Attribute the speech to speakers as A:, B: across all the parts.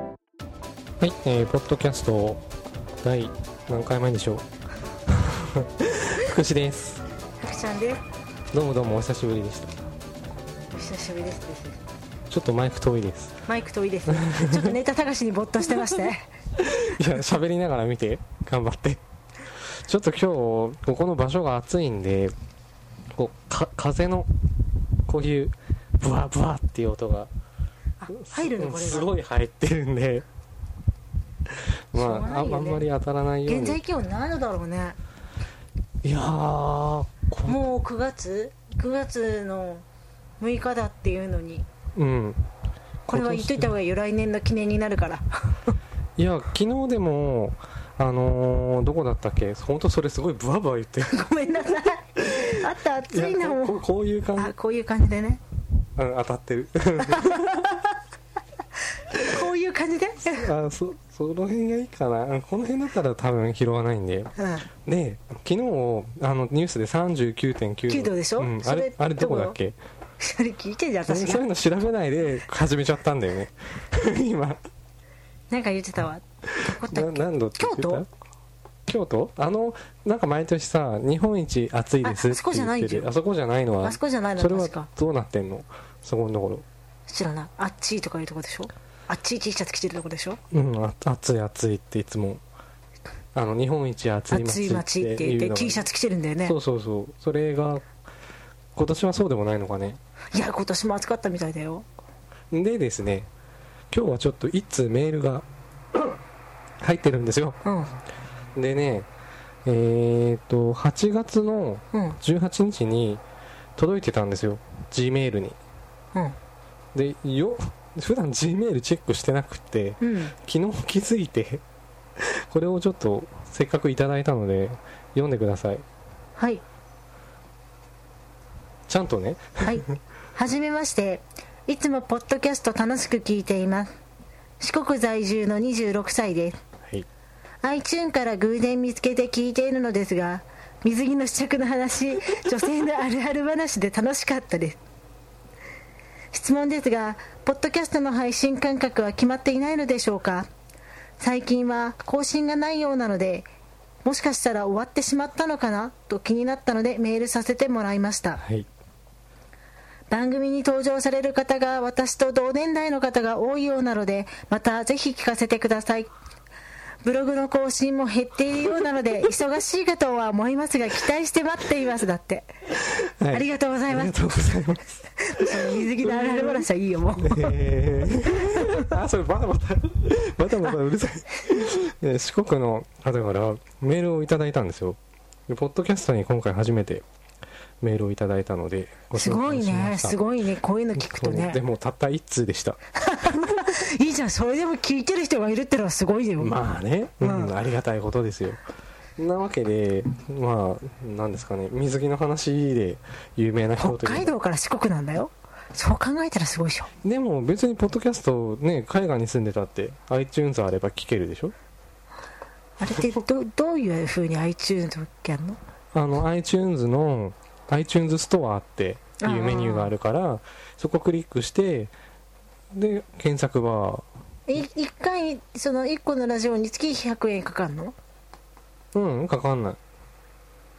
A: はい、えー、ポッドキャスト第何回前でしょう 福士です
B: ふちゃんです。
A: どうもどうもお久しぶりでした
B: お久しぶりですです。
A: ちょっとマイク遠いです
B: マイク遠いです。ちょっとネタ探しに没頭してま して。
A: いや喋りながら見て頑張ってちょっと今日ここの場所が暑いんでこうか風のこういうブワブワっていう音が
B: あ、入るのこれ
A: す
B: が。
A: ごい入ってるんでま
B: しょうが
A: あ
B: ないよね
A: ああんまり当たらないよう
B: 現在
A: に
B: 気温何度だろうね。
A: いやーこ
B: もう9月 ?9 月の6日だっていうのに。
A: うん
B: これは言っといた方がいいよ。来年の記念になるから。
A: いや昨日でもあのーどこだったっけ本当それすごいブワブワ言ってる
B: ごめんなさい。あった暑いなも
A: こ
B: う。
A: こういう感じ
B: あ、こういう感じでね。
A: うん当たってる
B: こういう感じで。
A: あそその辺がいいかなうんこの辺だったら多分拾わないんで
B: うん。
A: で昨日あのニュースで39.9
B: 9度でしょ
A: うん、あ
B: そ
A: れ
B: れ
A: あれどこだっけ
B: それ聞いてんじゃん、
A: そう
B: 私
A: そうい
B: が
A: う。の調べないで始めちゃったんだよね 今
B: なんか言ってたわ。どこだ
A: な
B: っけ
A: 何度って言ってた
B: 京都
A: 京都あのなんか毎年さ日本一暑いですって言ってる
B: ああそこじゃないよ
A: あそこじゃない
B: あそこじゃないの
A: のはそれは
B: 確か
A: どうなってんのそこのとこ
B: 知らない。あっちいとかいうとこでしょあっちい T シャツ着てるとこでしょ
A: ろうんあ暑い暑いっていつもあの日本一暑い
B: 暑い街
A: 街
B: っ
A: ってて
B: 言っ
A: いうの
B: て
A: が
B: T シャツ着てるんだよね
A: そうそうそうそれが今年はそうでもないのかね
B: いや今年も暑かったみたいだよ
A: でですね今日はちょっと一通メールが 入ってるんですよ
B: うん
A: でねえー、っと8月の
B: うん
A: 18日に届いてたんですよ G メールに
B: うん
A: でよ普段 G メールチェックしてなくて
B: うん
A: 昨日気づいて これをちょっとせっかくいただいたので読んでください
B: はい
A: ちゃんとね
B: はいはじめましていつもポッドキャスト楽しく聞いています四国在住の26歳です
A: はい
B: iTune から偶然見つけて聞いているのですが水着の試着の話女性のあるある話で楽しかったです質問ですがポッドキャストの配信間隔は決まっていないのでしょうか最近は更新がないようなのでもしかしたら終わってしまったのかなと気になったのでメールさせてもらいました
A: はい
B: 番組に登場される方が私と同年代の方が多いようなのでまたぜひ聞かせてくださいブログの更新も減っているようなの で忙しいかとは思いますが期待して待っていますだって
A: はい
B: ありがとうございます
A: ありがとうございます
B: 水着のあるある話はいいよもう
A: え ー、あそれバタバタバタバタうるさい で四国の方からメールをいただいたんですよでポッドキャストに今回初めてメールをいただいたのでご
B: す
A: 紹
B: ご
A: 介
B: い
A: しま
B: ね
A: した
B: すごいねこういうの聞くと
A: そうで
B: ね
A: もたった一通でした
B: いいじゃんそれでも聞いてる人がいるってのはすごいよ、
A: まあね、うん
B: うん
A: ありがたいことですよなわけでまあなんですかね水着の話で有名な人と
B: 北海
A: いう
B: 道から四国なんだよそう考えたらすごいでしょ
A: でも別にポッドキャストね海外に住んでたって iTunes あれば聞けるでしょ
B: あれってどどういうふうに iTunes をやるの
A: あの iTunes の iTunes ストアっていうメニューがあるからそこクリックしてで検索バ
B: い一回その一個のラジオにつき100円かかるの
A: ーうんかかんない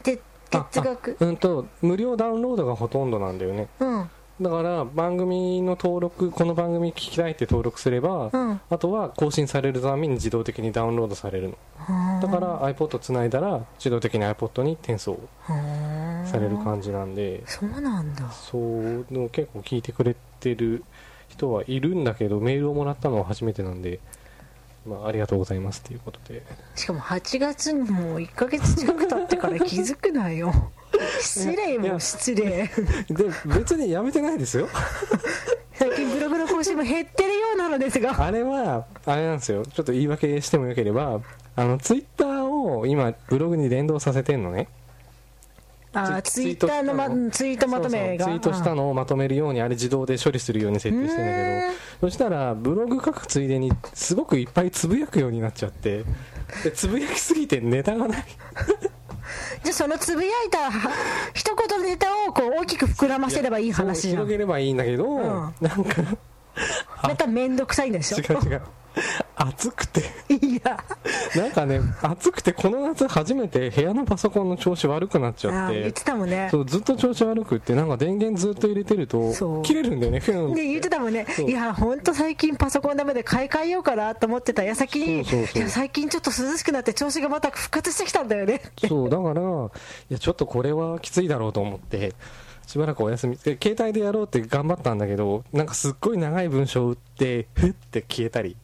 B: で
A: あ
B: 月額
A: うんと無料ダウンロードがほとんどなんだよね
B: うん
A: だから番組の登録この番組聞きたいって登録すれば、
B: うん
A: あとは更新されるために自動的にダウンロードされるのだから iPod つないだら自動的に iPod に転送
B: ら
A: される感じなんで
B: そうなんだ
A: そうでも結構聞いてくれてる人はいるんだけどメールをもらったのは初めてなんで、まあ、ありがとうございますっていうことで
B: しかも8月にもう1ヶ月近く経ってから気づくなよ失礼
A: い
B: も
A: や
B: う失礼
A: で別にやめてないですよ
B: 最近ブログの更新も減ってるようなのですが
A: あれはあれなんですよちょっと言い訳してもよければあのツイッターを今ブログに連動させてんのね
B: あ
A: ツ
B: ツ
A: イ
B: イ
A: ー
B: ッ
A: ト
B: ターの、ま、ツイートまとめが
A: そうそうツイートしたのをまとめるようにあれ自動で処理するように設定してんだ
B: うー
A: けど
B: ん
A: そしたらブログ書くついでにすごくいっぱいつぶやくようになっちゃってでつぶやきすぎてネタがない
B: じゃあそのつぶやいたは一言ネタをこう大きく膨らませればいい話じゃ
A: 広
B: ん
A: げればいいんだけど、
B: ん
A: なんか
B: また面倒くさいんでしょ
A: 違う違う暑くて
B: いや
A: なんかね暑くてこの夏初めて部屋のパソコンの調子悪くなっちゃ
B: あ
A: っ
B: ー言っててたもんね
A: そうずっと調子悪くってなんか電源ずっと入れてる
B: そ
A: と
B: う
A: 切れるんだよねフィュン
B: ね、言ってたもんね
A: そう
B: いや本当最近パソコンダメで買い替えようかなと思ってた矢先に
A: そうそうそ
B: い
A: う
B: や最近ちょっと涼しくなって調子がまた復活してきたんだよね
A: そうだからいやちょっとこれはきついだろうと思ってしばらくお休みで携帯でやろうって頑張ったんだけどなんかすっごい長い文章を打ってふって消えたり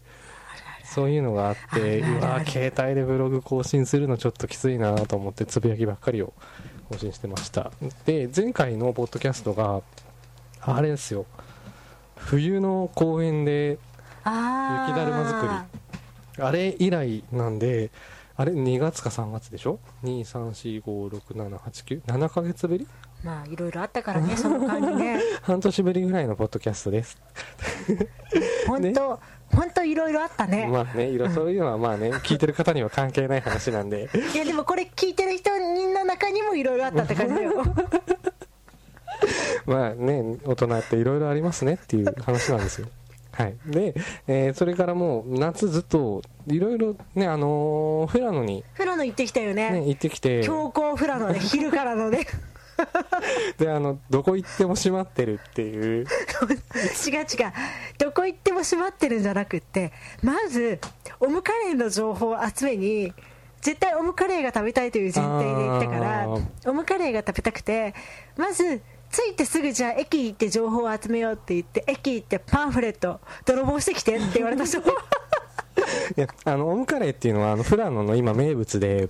A: そういうのがあって
B: あらあ
A: う
B: らあら
A: わ携帯でブログ更新するのちょっときついなと思ってつぶやきばっかりを更新してましたで前回のポッドキャストがあれですよ冬の公園で
B: ああ
A: 雪だるま作あれ以来なんで、あれ2月か3月でしょ ?2、3、4、5、6、7、8、9、7ヶ月ぶり
B: まあいろいろあったから ねその間にね
A: 半年ぶりぐらいのポッドキャストです。
B: 本当本当いろいろあったね、
A: まあね、いろそういうのはまあね、聞いてる方には関係ない話なんで、
B: いやでもこれ聞いてる人の中にもいろいろあったって感じだ よ
A: まあね、大人っていろいろありますねっていう話なんですよ。はい。で、えーそれからもう夏ずっと、いろいろね、あのー、富良野に
B: 富良野行ってきたよね
A: ね、行ってきて、
B: 強行富良野で昼からのね
A: で、あの、どこ行っても閉まってるってい
B: 違う違
A: う、
B: うどこ行っても閉まってるんじゃなくってまずオムカレーの情報を集めに絶対オムカレーが食べたいという前提で行ったか
A: あ
B: ら
A: ー
B: オムカレーが食べたくてまず着いてすぐじゃあ駅行って情報を集めようって言って駅行ってパンフレット泥棒してきてって言われた人
A: いやあのオムカレーっていうのはあの富良野の今名物で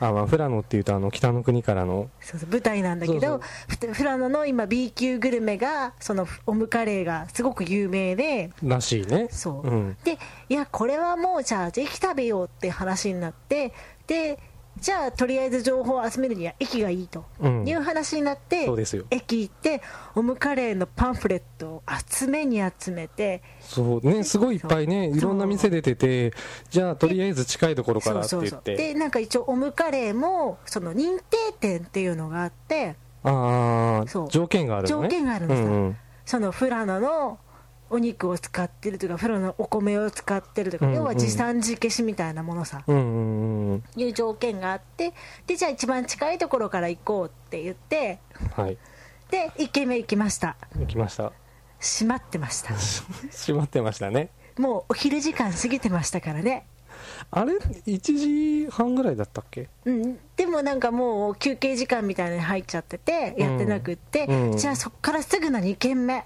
A: あ、まあ、富良野っていうとあの北の国からの
B: そうそう舞台なんだけ
A: そう
B: どふて富良野の今 B 級グルメがそのオムカレーがすごく有名で
A: らしいね
B: そう、
A: ん、
B: でいやこれはもうじゃあ駅食べようって話になってでじゃあとりあえず情報を集めるには駅がいいと、
A: うん
B: いう話になって
A: そうですよ
B: 駅行ってオムカレーのパンフレットを集めに集めて
A: そうねすごいいっぱいね
B: そう
A: いろんな店出ててじゃあとりあえず近いところからって言って
B: でなんか一応オムカレーもその認定店っていうのがあって
A: ああ
B: そう
A: 条件があるの
B: 条
A: ね
B: 件があるんですよ
A: うんうん
B: その富良野のお肉を使ってるとか富良野のお米を使ってるとか、
A: うんうん
B: 要は地産地消しみたいなものさ、
A: うんうんうん
B: いう条件があってでじゃあ一番近いところから行こうって言って
A: はい
B: で1軒目行きました
A: 行きました
B: 閉まってました
A: 閉まってましたね
B: もうお昼時間過ぎてましたからね
A: あれ1時半ぐらいだったっけ
B: うん、でもなんかもう休憩時間みたいなのに入っちゃっててやってなくって、
A: うんうん
B: じゃあそこからすぐの2軒目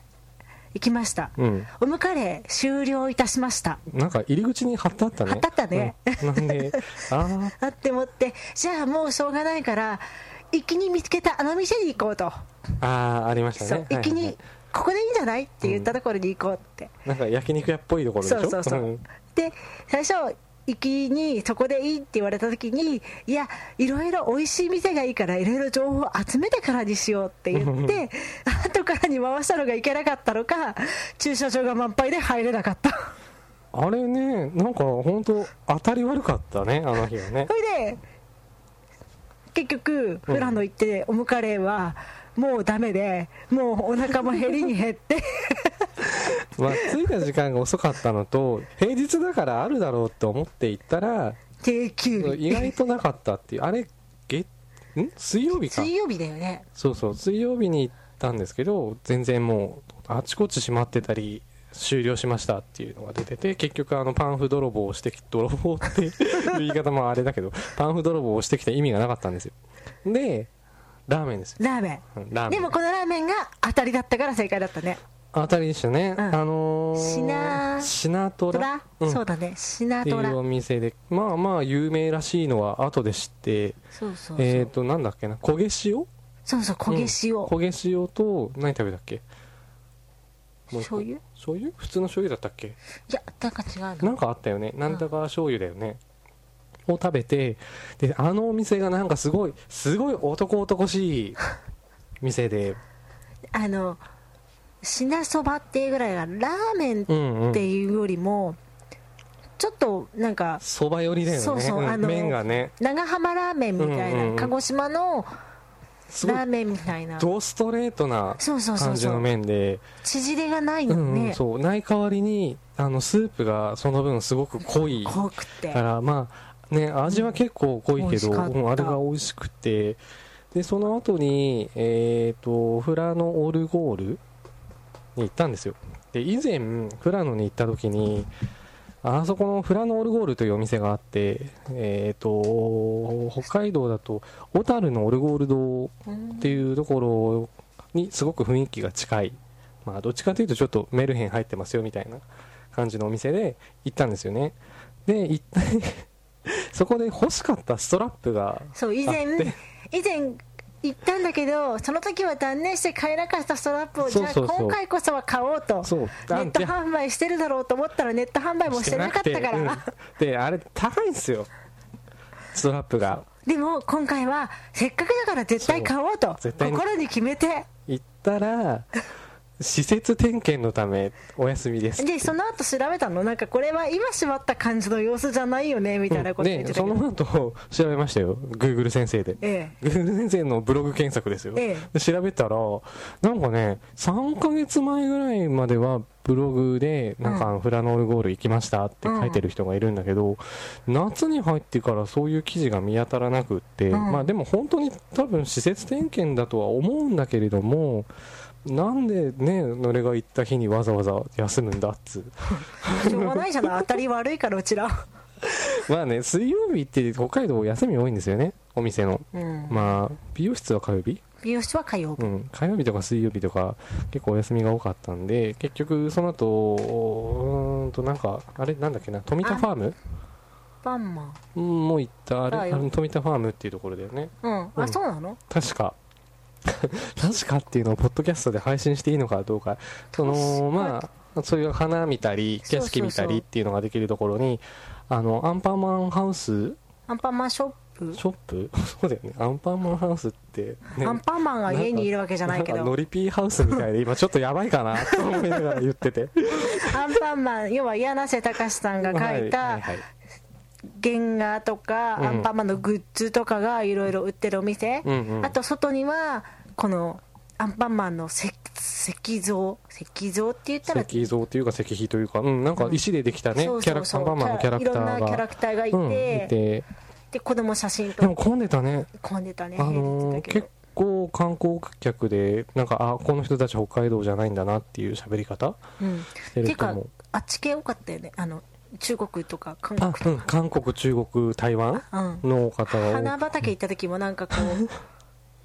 B: 行きました、
A: うん
B: お迎え終了いたしました
A: なんか入り口に貼ってあったね
B: 貼ってあったね
A: うんなんであ
B: あ
A: あ
B: って思ってじゃあもうしょうがないから一気に見つけたあの店に行こうと
A: あーありましたね
B: そう
A: は
B: 一
A: い
B: 気
A: はい
B: にここでいいんじゃないって言ったところに行こうって、
A: なんか焼肉屋っぽいところでしょ
B: そうそうそう、
A: ん
B: で最初行きにそこでいいって言われた時にいやいろいろ美味しい店がいいからいろいろ情報を集めてからにしようって言って後からに回したのがいけなかったのか駐車場が満杯で入れなかった
A: あれねなんか本当当たり悪かったねあの日はね
B: それで結局富良野行ってオムカレーはもうダメでもうお腹も減りに減って
A: まあ着いた時間が遅かったのと平日だからあるだろうと思って行ったら
B: 定休日
A: 意外となかったっていうあれげん水曜日か
B: 水曜日だよね
A: そうそう水曜日に行ったんですけど全然もうあちこち閉まってたり終了しましたっていうのが出てて結局あのパンフ泥棒をしてき泥棒って いう言い方もあれだけどパンフ泥棒をしてきた意味がなかったんですよでラーメンですよ
B: ラーメン
A: うんラーメ
B: で
A: ン
B: もこのラーメンが当たりだったから正解だったね
A: あたりでしたね、
B: うん
A: あのー、
B: シナ
A: シナト
B: ト
A: ラ
B: ラ、
A: うん
B: そうだねシナ
A: ってい
B: トラ
A: うお店でまあまあ有名らしいのは後で知って
B: そうそうそう、
A: えっ、となんだっけな焦げ塩
B: そうそう焦げ塩、
A: うん焦げ塩と何食べたっけもう一個
B: 醤油い
A: 醤油普通の醤油だったっけ
B: やなんか違うの
A: なんかあったよねなんだか醤油だよね、を食べてであのお店がなんかすごいすごい男男 しい店で
B: あのシナそばっていうぐらいがラーメンっ
A: うんうん
B: ていうよりも、ちょっとなんか
A: そば寄りだよね
B: そうそうんあの
A: 麺がね
B: 長浜ラーメンみたいな、
A: うんうんうん
B: 鹿児島の
A: すごい
B: ラーメンみたいな
A: ドストレートな
B: そうそうそ
A: 感
B: う
A: じ
B: そ
A: の
B: う
A: 麺で
B: 縮れがない
A: うん
B: よ
A: うん
B: ね、
A: そうない代わりにあのスープがその分すごく濃い
B: 濃くて
A: からまあね味は結構濃い
B: 美
A: けど、
B: 味しかった
A: うんあれが美味しくてでその後にえっ、とフラのオルゴールに行ったんですよで以前フラノに行った時にあそこのフラノオルゴールというお店があってえっ、と北海道だと小樽のオルゴール堂
B: うん
A: っていうところにすごく雰囲気が近い、まあ、どっちかというとちょっとメルヘン入ってますよみたいな感じのお店で行ったんですよねで行った そこで欲しかったストラップが
B: そう以前以前行ったんだけどその時は断念して買えなかったストラップを
A: そうそうそう
B: じゃあ今回こそは買おうと
A: そう
B: ネ
A: あ
B: ット
A: いや
B: 販売してるだろうと思ったらネット販売もしてなかったから、
A: してなくてうんであれ高いんですよストラップが
B: でも今回はせっかくだから絶対買おうと
A: そう絶対に
B: 心に決めて
A: 行ったら施設点検のためお休みです
B: でその後調べたのなんかこれは今閉まった感じの様子じゃないよねみたいなこと言って
A: で
B: た
A: そ
B: けど、
A: の後調べましたよ Google 先生で
B: ええ
A: Google 先生のブログ検索ですよ、
B: ええ
A: で調べたらなんかね3ヶ月前ぐらいまではブログでなんかあのフラノールゴール行きましたって書いてる人がいるんだけど、夏に入ってからそういう記事が見当たらなくって、
B: うん
A: まあでも本当に多分施設点検だとは思うんだけれどもなんでね俺が行った日にわざわざ休むんだっつう
B: しょうがないじゃない当たり悪いからうちら、
A: まあね水曜日って北海道休み多いんですよねお店の
B: うん
A: まあ美容室は火曜日
B: 美容室は火曜日、
A: うん、火曜日とか水曜日とか結構お休みが多かったんで結局その後うーんとなんかあれなんだっけな富田ファーム
B: バンマン
A: うんもう行ったあれ
B: あ
A: あ
B: よ
A: の富田ファームっていうところだよね
B: うんあ、
A: うん
B: そうなの
A: 確か 確かっていうのをポッドキャストで配信していいのかどうかそのまあそういう花見たり景色見たりっていうのができるところにあのアンパンマンハウス
B: アンパンマンショップ
A: ショップ そうだよねアンパンマンハウスって、ね、
B: アンパンマンが家にいるわけじゃないけ
A: ん
B: ど
A: かノリピーハウスみたい で今ちょっとやばいかなと思いながら言ってて
B: アンパンマン要は柳瀬隆さ んが描い
A: は
B: た
A: いはいはい
B: 原画とか、
A: うん
B: アンパンマンのグッズとかがいろいろ売ってるお店、
A: うんうん
B: あと外にはこのアンパンマンの石石像石像って言ったら
A: 石像というか石碑というか、うん、なんか石でできたね、
B: そう
A: キャ
B: そ
A: ラ
B: うそう
A: クターバンマンのキャラクターが
B: いろんなキャラクターがいて,、
A: うん、いて
B: で子供写真
A: で
B: と
A: も混んでたね
B: 混んでたね、
A: あの
B: 平日だ
A: ー
B: けど
A: 結構観光客でなんかあこの人たち北海道じゃないんだなっていう喋り方
B: うん、
A: して
B: て
A: る
B: いう
A: 人
B: か
A: も
B: あっち系多かったよねあの中国とか韓
A: あ
B: 国、
A: うん、韓国中国台湾
B: うん
A: の方が多く
B: 花畑行った時もなんかこ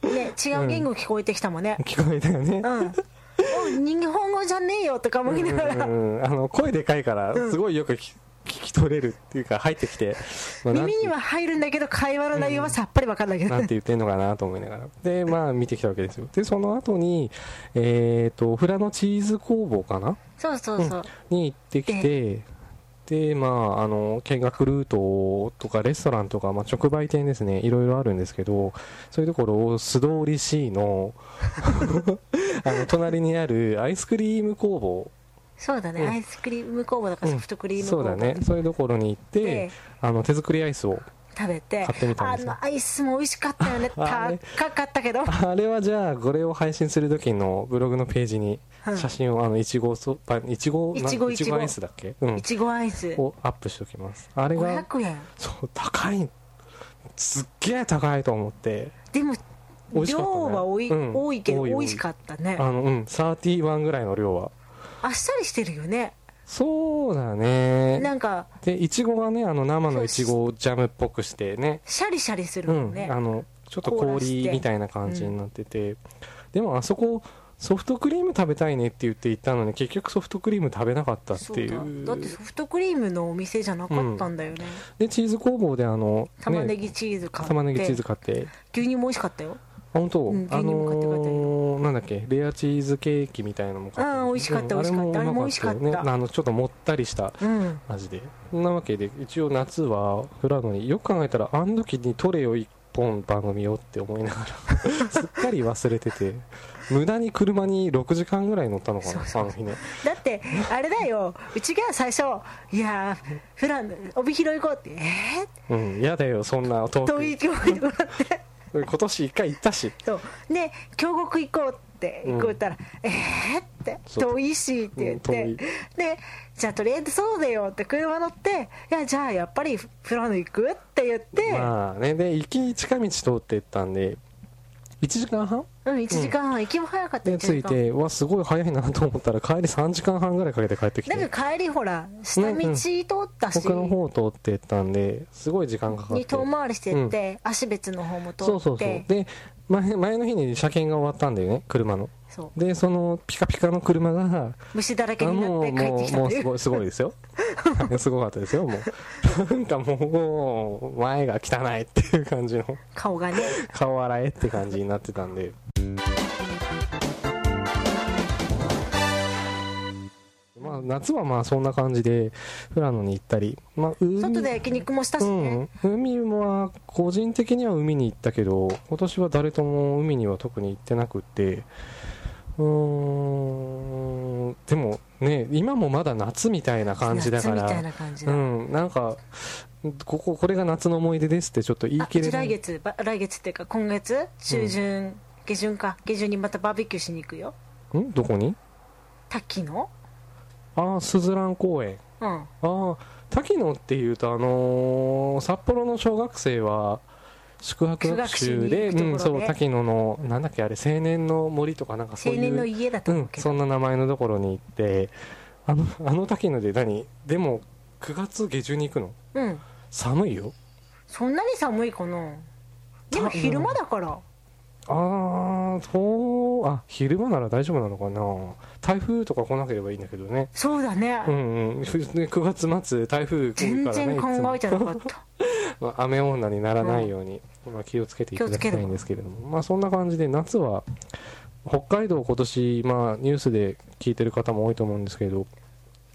B: うね違う言語聞こえてきたもんね
A: 聞こえたよね、
B: うん、お日本語じゃねえよとか思いながら、
A: うんうんあの声でかいからすごいよくき聞き取れるっていうか入って きて、まあなん
B: 耳には入るんだけど会話の内容はさっぱり分かんないけど、
A: なんて言ってんのかなと思いながらでまあ見てきたわけですよでその後にえっ、とフラのチーズ工房かな
B: そうそうそう、
A: に行ってきてでまああの見学ルートとかレストランとか、まあ、直売店ですねいろいろあるんですけどそういうところを素通り C の あの隣にあるアイスクリーム工房
B: そうだね、
A: うん
B: アイスクリーム工房だから
A: うん
B: ソフトクリーム
A: そ
B: 工
A: う
B: 房
A: だねそういうところに行って
B: で
A: あの手作りアイスを
B: 食べて
A: 買ってみたんですよ
B: あのアイスも美味しかったよね
A: あれ
B: 高かったけど
A: あれはじゃあこれを配信する時のブログのページに
B: うん
A: 写真をあのいちごそばいちごない
B: ちご
A: いち
B: いちご
A: ごアイスだっけうん
B: いちごアイス
A: をアップしておきますあれが
B: 500円
A: そう高いすっげえ高いと思って
B: でも
A: 美味しかったね
B: 量は多い,、
A: うん
B: 多いけど
A: 多い
B: 美
A: 多い
B: 味しかったね
A: あのうん31ぐらいの量は
B: あっさりしてるよね
A: そうだね
B: なんか
A: でいちごはねあの生のいちごをジャムっぽくしてね
B: シャリシャリする
A: う
B: もん
A: ん
B: ね、
A: あのちょっと
B: 凍らして
A: 氷みたいな感じになってて、でもあそこソフトクリーム食べたいねって言って行ったのに結局ソフトクリーム食べなかったっ
B: そ
A: て
B: う
A: い
B: だ
A: う
B: だってソフトクリームのお店じゃなかったんだよね、
A: でチーズ工房であの、ね、
B: 玉ねぎチーズ買って
A: 玉ねぎチーズ買って
B: 牛乳も美味しかったよ
A: あ本当、
B: うん牛
A: あ
B: 乳も買って帰ったり
A: のーなんだっけレアチーズケーキみたいなのも買って
B: あー美味しかった
A: う
B: 美
A: ん
B: 味しかった
A: あれも
B: あれも美味しかった
A: うまよねあのちょっともったりした
B: うん
A: 味でそんなわけで一応夏はフラノによく考えたらあの時にトレを一本番組をって思いながら すっかり忘れてて無駄に車に6時間ぐらい乗ったのかな
B: そうそう
A: あの日ね
B: だってあれだようちが最初「いやーフラン帯広行こう」って「え
A: うん嫌だよそんな
B: ー、
A: 遠く
B: 遠い遠いとこだって
A: 今年一回行ったし
B: そうで京極行こうって行こうったら「えー?」って「
A: そう
B: 遠いし」って言っ
A: うん
B: て
A: 遠い
B: で「じゃあとりあえずそうだよ」って車乗って「いやじゃあやっぱり富良野行く?」って言って、
A: まあねで行き近道通っていったんで1時間半
B: うん1時間半、行きも早かった
A: で
B: よ
A: 着いてうわすごい早いなと思ったら帰り3時間半ぐらいかけて帰ってき
B: だけ
A: て
B: ど帰りほら下道
A: うんうん
B: 通ったし、
A: 他の方通っていったんですごい時間かかっ
B: に
A: て
B: 遠回りしてって、足別の方も通って
A: そうそうそうで前前の日に車検が終わったんだよね車の
B: そう
A: でそのピカピカの車が
B: 虫だらけ
A: あ
B: にな
A: も
B: っ
A: う
B: て帰っ
A: も
B: て
A: う
B: きた
A: もう
B: とい
A: す
B: う
A: ごいすごいですよ はいすごかったですよもうなんかもう前が汚いっていう感じの
B: 顔がね
A: 顔洗えって感じになってたんでまあ夏はまあそんな感じで富良野に行ったり、まあ、海
B: 外で焼肉もしたし
A: う
B: ね、
A: ん、海は個人的には海に行ったけど今年は誰とも海には特に行ってなくってうーんでもね今もまだ夏みたいな感じだから
B: 夏みたいな感じ
A: う
B: だ、
A: んなんかこここれが夏の思い出ですってちょっと言い
B: あ
A: 切れ
B: うち
A: な
B: 来
A: い
B: 月ば来月っていうか今月中旬、下旬か下旬にまたバーベキューしに行くよ
A: んどこに
B: 滝の
A: ああすずらん公園
B: うん
A: ああ滝野っていうとあのー札幌の小学生は宿泊学習
B: 宿泊
A: で
B: しに行くところで
A: うん、そう滝野のなんだっけあれ青年の森とかなんかそ
B: 青
A: ういう
B: 年の家だと
A: う、
B: 思うんけど、
A: そんな名前のところに行ってあのあの滝野で何でも9月下旬に行くの
B: うん
A: 寒いよ
B: そんなに寒いかなでも
A: た
B: 昼間だから
A: ああそうあ昼間なら大丈夫なのかな台風とか来なければいいんだけどね
B: そうだね、
A: うんうんふね9月末台風来る
B: 全
A: からね
B: 然
A: いつも
B: 考えてなかった
A: まあ雨女にならないように、まあ、気をつけていただきたいんですけれども、まあ、そんな感じで夏は北海道今年、まあ、ニュースで聞いてる方も多いと思うんですけど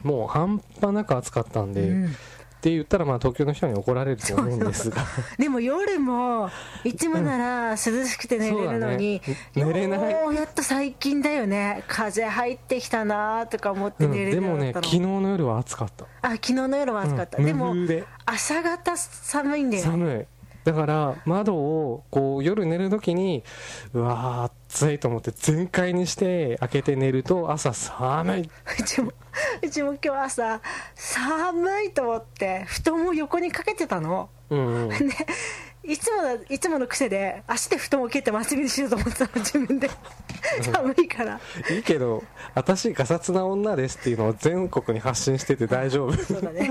A: もう半端なく暑かったんで、
B: う
A: っ
B: ん
A: て言ったらまあ東京の人に怒られると思うんですが
B: でも夜もいつもなら涼しくて寝れるのに、
A: そうだね寝れない
B: もうやっと最近だよね風入ってきたなとか思って
A: うん
B: 寝れ
A: で
B: るよう
A: も
B: にな
A: ね
B: った
A: 昨
B: の、
A: 日の夜は暑かった
B: あ昨日の夜は暑かった、
A: うん
B: でも
A: 無風で
B: 朝方寒いんだよね
A: 寒いだから窓をこう夜寝る時にうわー暑いと思って全開にして開けて寝ると朝寒いう
B: ちもうちも今日朝寒いと思って布団を横にかけてたの
A: うんうん
B: いつものいつもの癖で足で布団を蹴ってまっすぐにしようと思ってたの自分で寒いから
A: いいけど私がさつな女ですっていうのを全国に発信してて 大丈夫
B: そうだね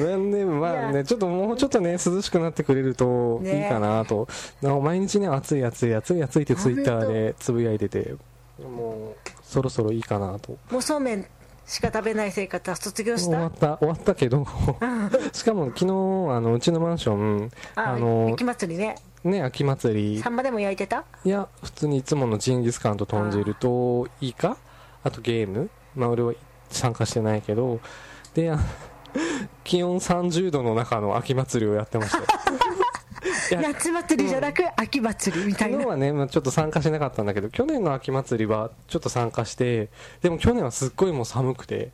A: なんでまあ
B: い
A: ね
B: や
A: ちょっともうちょっとね涼しくなってくれるといい
B: ね
A: かなと、なお毎日ね暑い暑い暑い暑いってツイッター
B: 本当
A: でつぶやいててもうそろそろいいかなと
B: もうそうめんしか食べない生活は卒業し
A: 終わ
B: た
A: った終わったけど しかも昨日あのうちのマンション
B: あ
A: あの
B: 雪祭りね
A: ね秋祭り
B: サンマでも焼いてた
A: いや普通にいつものジンギスカンと豚汁とイカあとゲームまあ俺は参加してないけどであ 気温30度の中の秋祭りをやってま したよいや
B: 夏祭りじゃなく秋祭りみたい
A: 昨日
B: な
A: はね、まあ、ちょっと参加しなかったんだけど去年の秋祭りはちょっと参加してでも去年はすっごいもう寒くて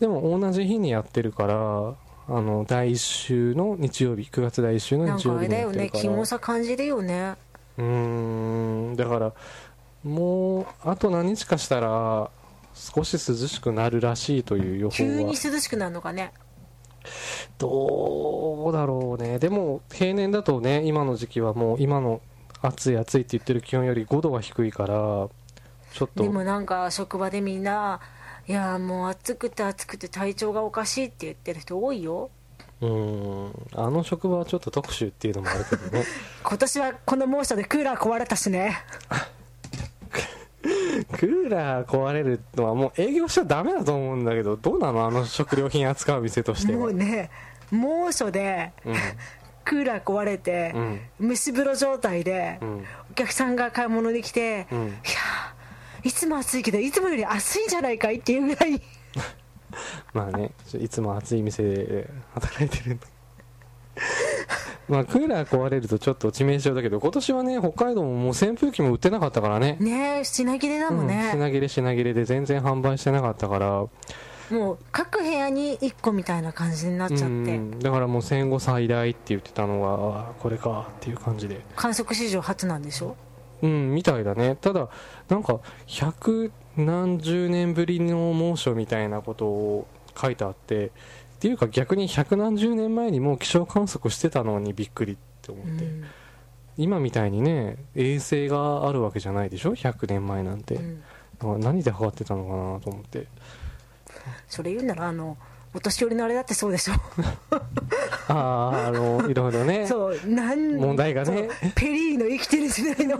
A: でも同じ日にやってるからあの第1週の日曜日9月第1週の
B: なん
A: 日
B: か
A: 曜
B: あれ
A: 日に
B: だ
A: やっ
B: よ
A: て
B: ね
A: るから
B: キモさ感じるよね
A: うーんだからもうあと何日かしたら少し涼しくなるらしいという予報
B: 急
A: は
B: に涼しくなるのかね
A: どうだろうねでも平年だとね今の時期はもう今の暑い暑いって言ってる気温より5度は低いからちょっと
B: でもなんか職場でみんないやもう暑くて暑くて体調がおかしいって言ってる人多いよ
A: うーんあの職場はちょっと特殊っていうのもあるけどね
B: 今年はこの猛暑でクーラー壊れたしね
A: クーラー壊れるのはもう営業しちゃダメだと思うんだけどどうなのあの食料品扱う店としては
B: もうね猛暑でクーラー壊れて、
A: うん
B: 蒸し風呂状態で、
A: ん
B: お客さんが買い物に来て、
A: ん
B: いやーいつも暑いけどいつもより暑いんじゃないかいっていうぐ らい
A: まあね、ちょいつも暑い店で働いてるんで。 まあクーラー壊れるとちょっと致命傷だけど今年はね北海道ももう扇風機も売ってなかったからね
B: ねえ品切れだもん
A: うん
B: ね、
A: 品切れ品切れで全然販売してなかったから
B: もう各部屋に1個みたいな感じになっちゃって、
A: うんだからもう戦後最大って言ってたのがあーこれかっていう感じで
B: 観測史上初なんでしょ
A: うんみたいだねただなんか百何十年ぶりの猛暑みたいなことを書いてあってっていうか逆に百何十年前にもう気象観測してたのにびっくりって思っ
B: う
A: て、
B: ん
A: 今みたいにね衛星があるわけじゃないでしょ100年前なんて、
B: うん
A: だから何で測ってたのかなと思って
B: それ言うならあのお年寄りのあれだってそうでしょ
A: あああ のいろいろね
B: そうなん
A: 問題がね
B: そうペリーの生きてる時代の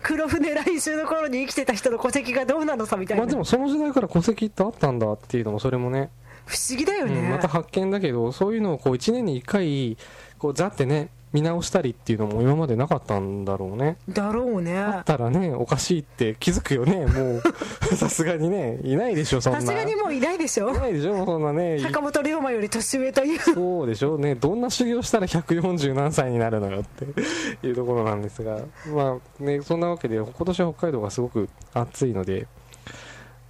B: 黒船来襲の頃に生きてた人の戸籍がどうなのさみたい
A: ま
B: な、
A: あでもその時代から戸籍ってあったんだっていうのもそれもね
B: 不思議だよね、
A: うん、また発見だけどそういうのをこう1年に1回こうざってね見直したりっていうのも今までなかったんだろうね
B: だろうね
A: だったらねおかしいって気づくよねもう さすがにねいないでしょそんな
B: さすがに
A: い
B: もういないでしょ
A: ないでしょそんなね
B: 坂本龍馬より年上という
A: そうでしょうねどんな修行したら140何歳になるのよっていうところなんですがまあねそんなわけで今年は北海道がすごく暑いので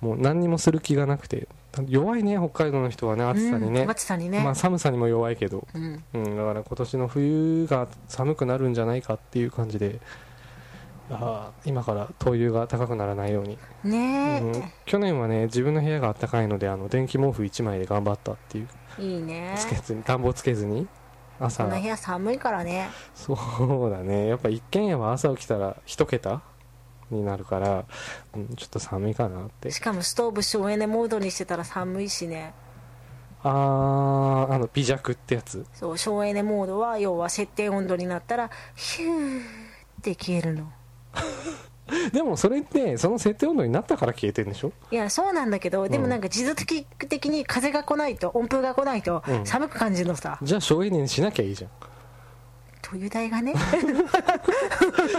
A: もう何にもする気がなくて弱いね北海道の人はね暑さにね,、
B: うん暑さにね、
A: まあ寒さにも弱いけど、
B: うん、
A: うん、だから今年の冬が寒くなるんじゃないかっていう感じであー今から灯油が高くならないように、
B: ね
A: うん去年はね自分の部屋が暖かいのであの電気毛布1枚で頑張ったっていう
B: え、いいね
A: つけずに暖房つけずに
B: こ
A: 朝
B: の部屋寒いからね
A: そうだねやっぱ一軒家は朝起きたら1桁になるから、うん、ちょっと寒いかなって
B: しかもストーブ省エネモードにしてたら寒いしね
A: あーあの微弱ってやつ
B: そう省エネモードは要は設定温度になったらヒューって消えるの
A: でもそれってその設定温度になったから消えてるんでしょ
B: いやそうなんだけどでもなんか持続的に風が来ないと温風が来ないと
A: うん
B: 寒く感じるのさ、
A: じゃあ省エネにしなきゃいいじゃん
B: という代が ね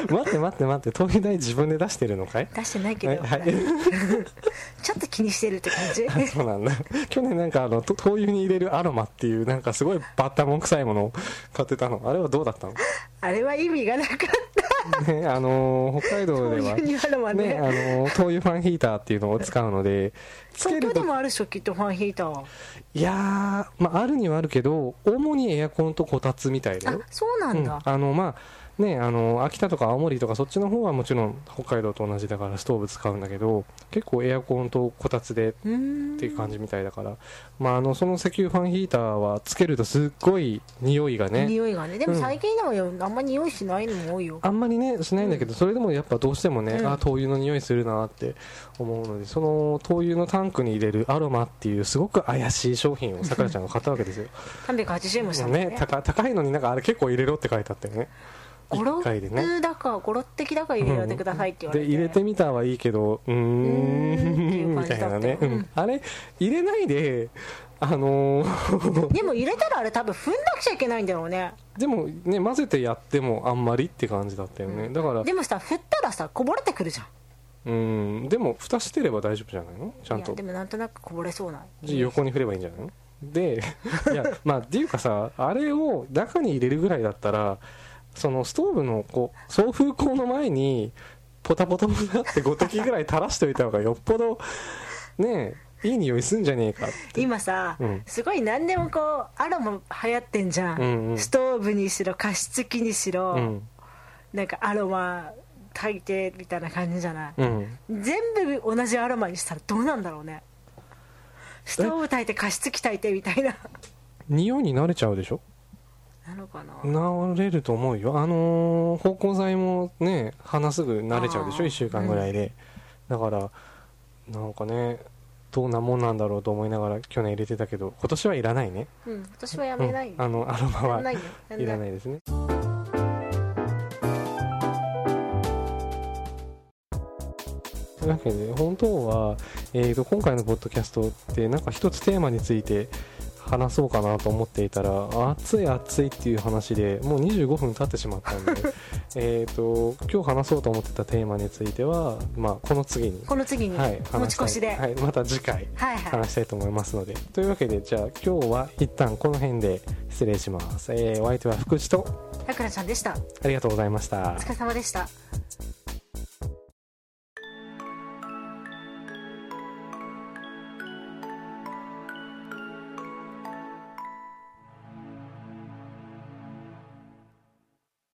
A: 待って待って待って灯油代自分で出してるのかい
B: 出してないけど、
A: はいはい
B: ちょっと気にしてるって感じ
A: そうなんだ去年なんかあのと灯油に入れるアロマっていうなんかすごいバッタモン臭いものを買ってたのあれはどう だったの、
B: あれは意味がなかっ
A: ね、あのー北海
B: た
A: 道
B: と
A: では
B: いうにあるわね
A: ねあのー灯油ファンヒーターっていうのを使うのでつけ
B: 東京
A: る
B: で
A: と
B: もあるしょきっとファンヒーターはい
A: やー、まあ、あるにはあるけど主にエアコンとこたつみたいだ
B: あ
A: よ
B: そうなんだ、
A: うんあのまあねあの秋田とか青森とかそっちの方はもちろん北海道と同じだからストーブ使うんだけど結構エアコンとこたつで
B: うーん
A: っていう感じみたいだから、まあ、あのその石油ファンヒーターはつけるとすっごい匂いがね
B: 匂いがねでも
A: うん
B: 最近ではよあんま匂いしないのも多いよ
A: あんまりねしないんだけど、それでもやっぱどうしてもね、
B: うん
A: あ灯油の匂いするなって思うのでその灯油のタンクに入れるアロマっていうすごく怪しい商品をさくらちゃんが買ったわけですよ、
B: 380円もした
A: まあ
B: んだ
A: ね
B: ね、
A: 高高いのになんかあれ結構入れろって書いてあったよね
B: ゴロ
A: 1回でね
B: ッだかゴロッ的だか入れてくださいって言われ
A: で
B: て、
A: 入れてみたはいいけどうー
B: うーん
A: ん
B: っ
A: み
B: て
A: た
B: いう感じ
A: い
B: だ
A: な
B: ったよ
A: ね、うん
B: うん
A: あれ入れないであのー
B: でも入れたらあれ多分踏んなくちゃいけないんだろうね
A: でもね混ぜてやってもあんまりって感じだったよね、だから
B: でもさ振ったらさこぼれてくるじゃん
A: うんでも蓋してれば大丈夫じゃないのちゃん
B: いや
A: と
B: でもなんとなくこぼれそうな
A: じ横に振ればいいんじゃないのでいやまあっていうかさあれを中に入れるぐらいだったらそのストーブのこう送風口の前にポタポタポタって5滴ぐらい垂らしておいた方がよっぽどねえいい匂いすんじゃねえかって
B: 今さ、
A: うん
B: すごい何でもこうアロマ流行ってんじゃん、
A: うんうん
B: ストーブにしろ加湿器にしろ、
A: うん
B: なんかアロマ炊いてみたいな感じじゃない、
A: うん
B: 全部同じアロマにしたらどうなんだろうねストーブ炊いて加湿器炊いてみたいな
A: 匂いに慣れちゃうでしょ
B: なのかな
A: 慣れると思うよあのー芳香剤もね鼻すぐ慣れちゃうでし
B: あ
A: ょ
B: ー
A: 1週間ぐらいで、だからなんかねどんなもんなんだろうと思いながら去年入れてたけど今年はいらないね
B: うん私はやめないよ、
A: うんあのアロ
B: やん
A: マ
B: な
A: はい
B: よやん
A: いらないですねというわけで本当は、えー、と今回のポッドキャストってなんか一つテーマについて話そうかなと思っていたら暑い暑いっていう話でもう25分経ってしまった んでえーと今日話そうと思ってたテーマについては、まあ、この次に、
B: この次に、
A: はい、
B: 持ち越しで、
A: 話たいはい、また次回
B: はいはい
A: 話したいと思いますので、というわけでじゃあ今日は一旦この辺で失礼します、えー、お相手は福地と
B: さくらちゃんでした
A: ありがとうございました
B: お疲れ様でした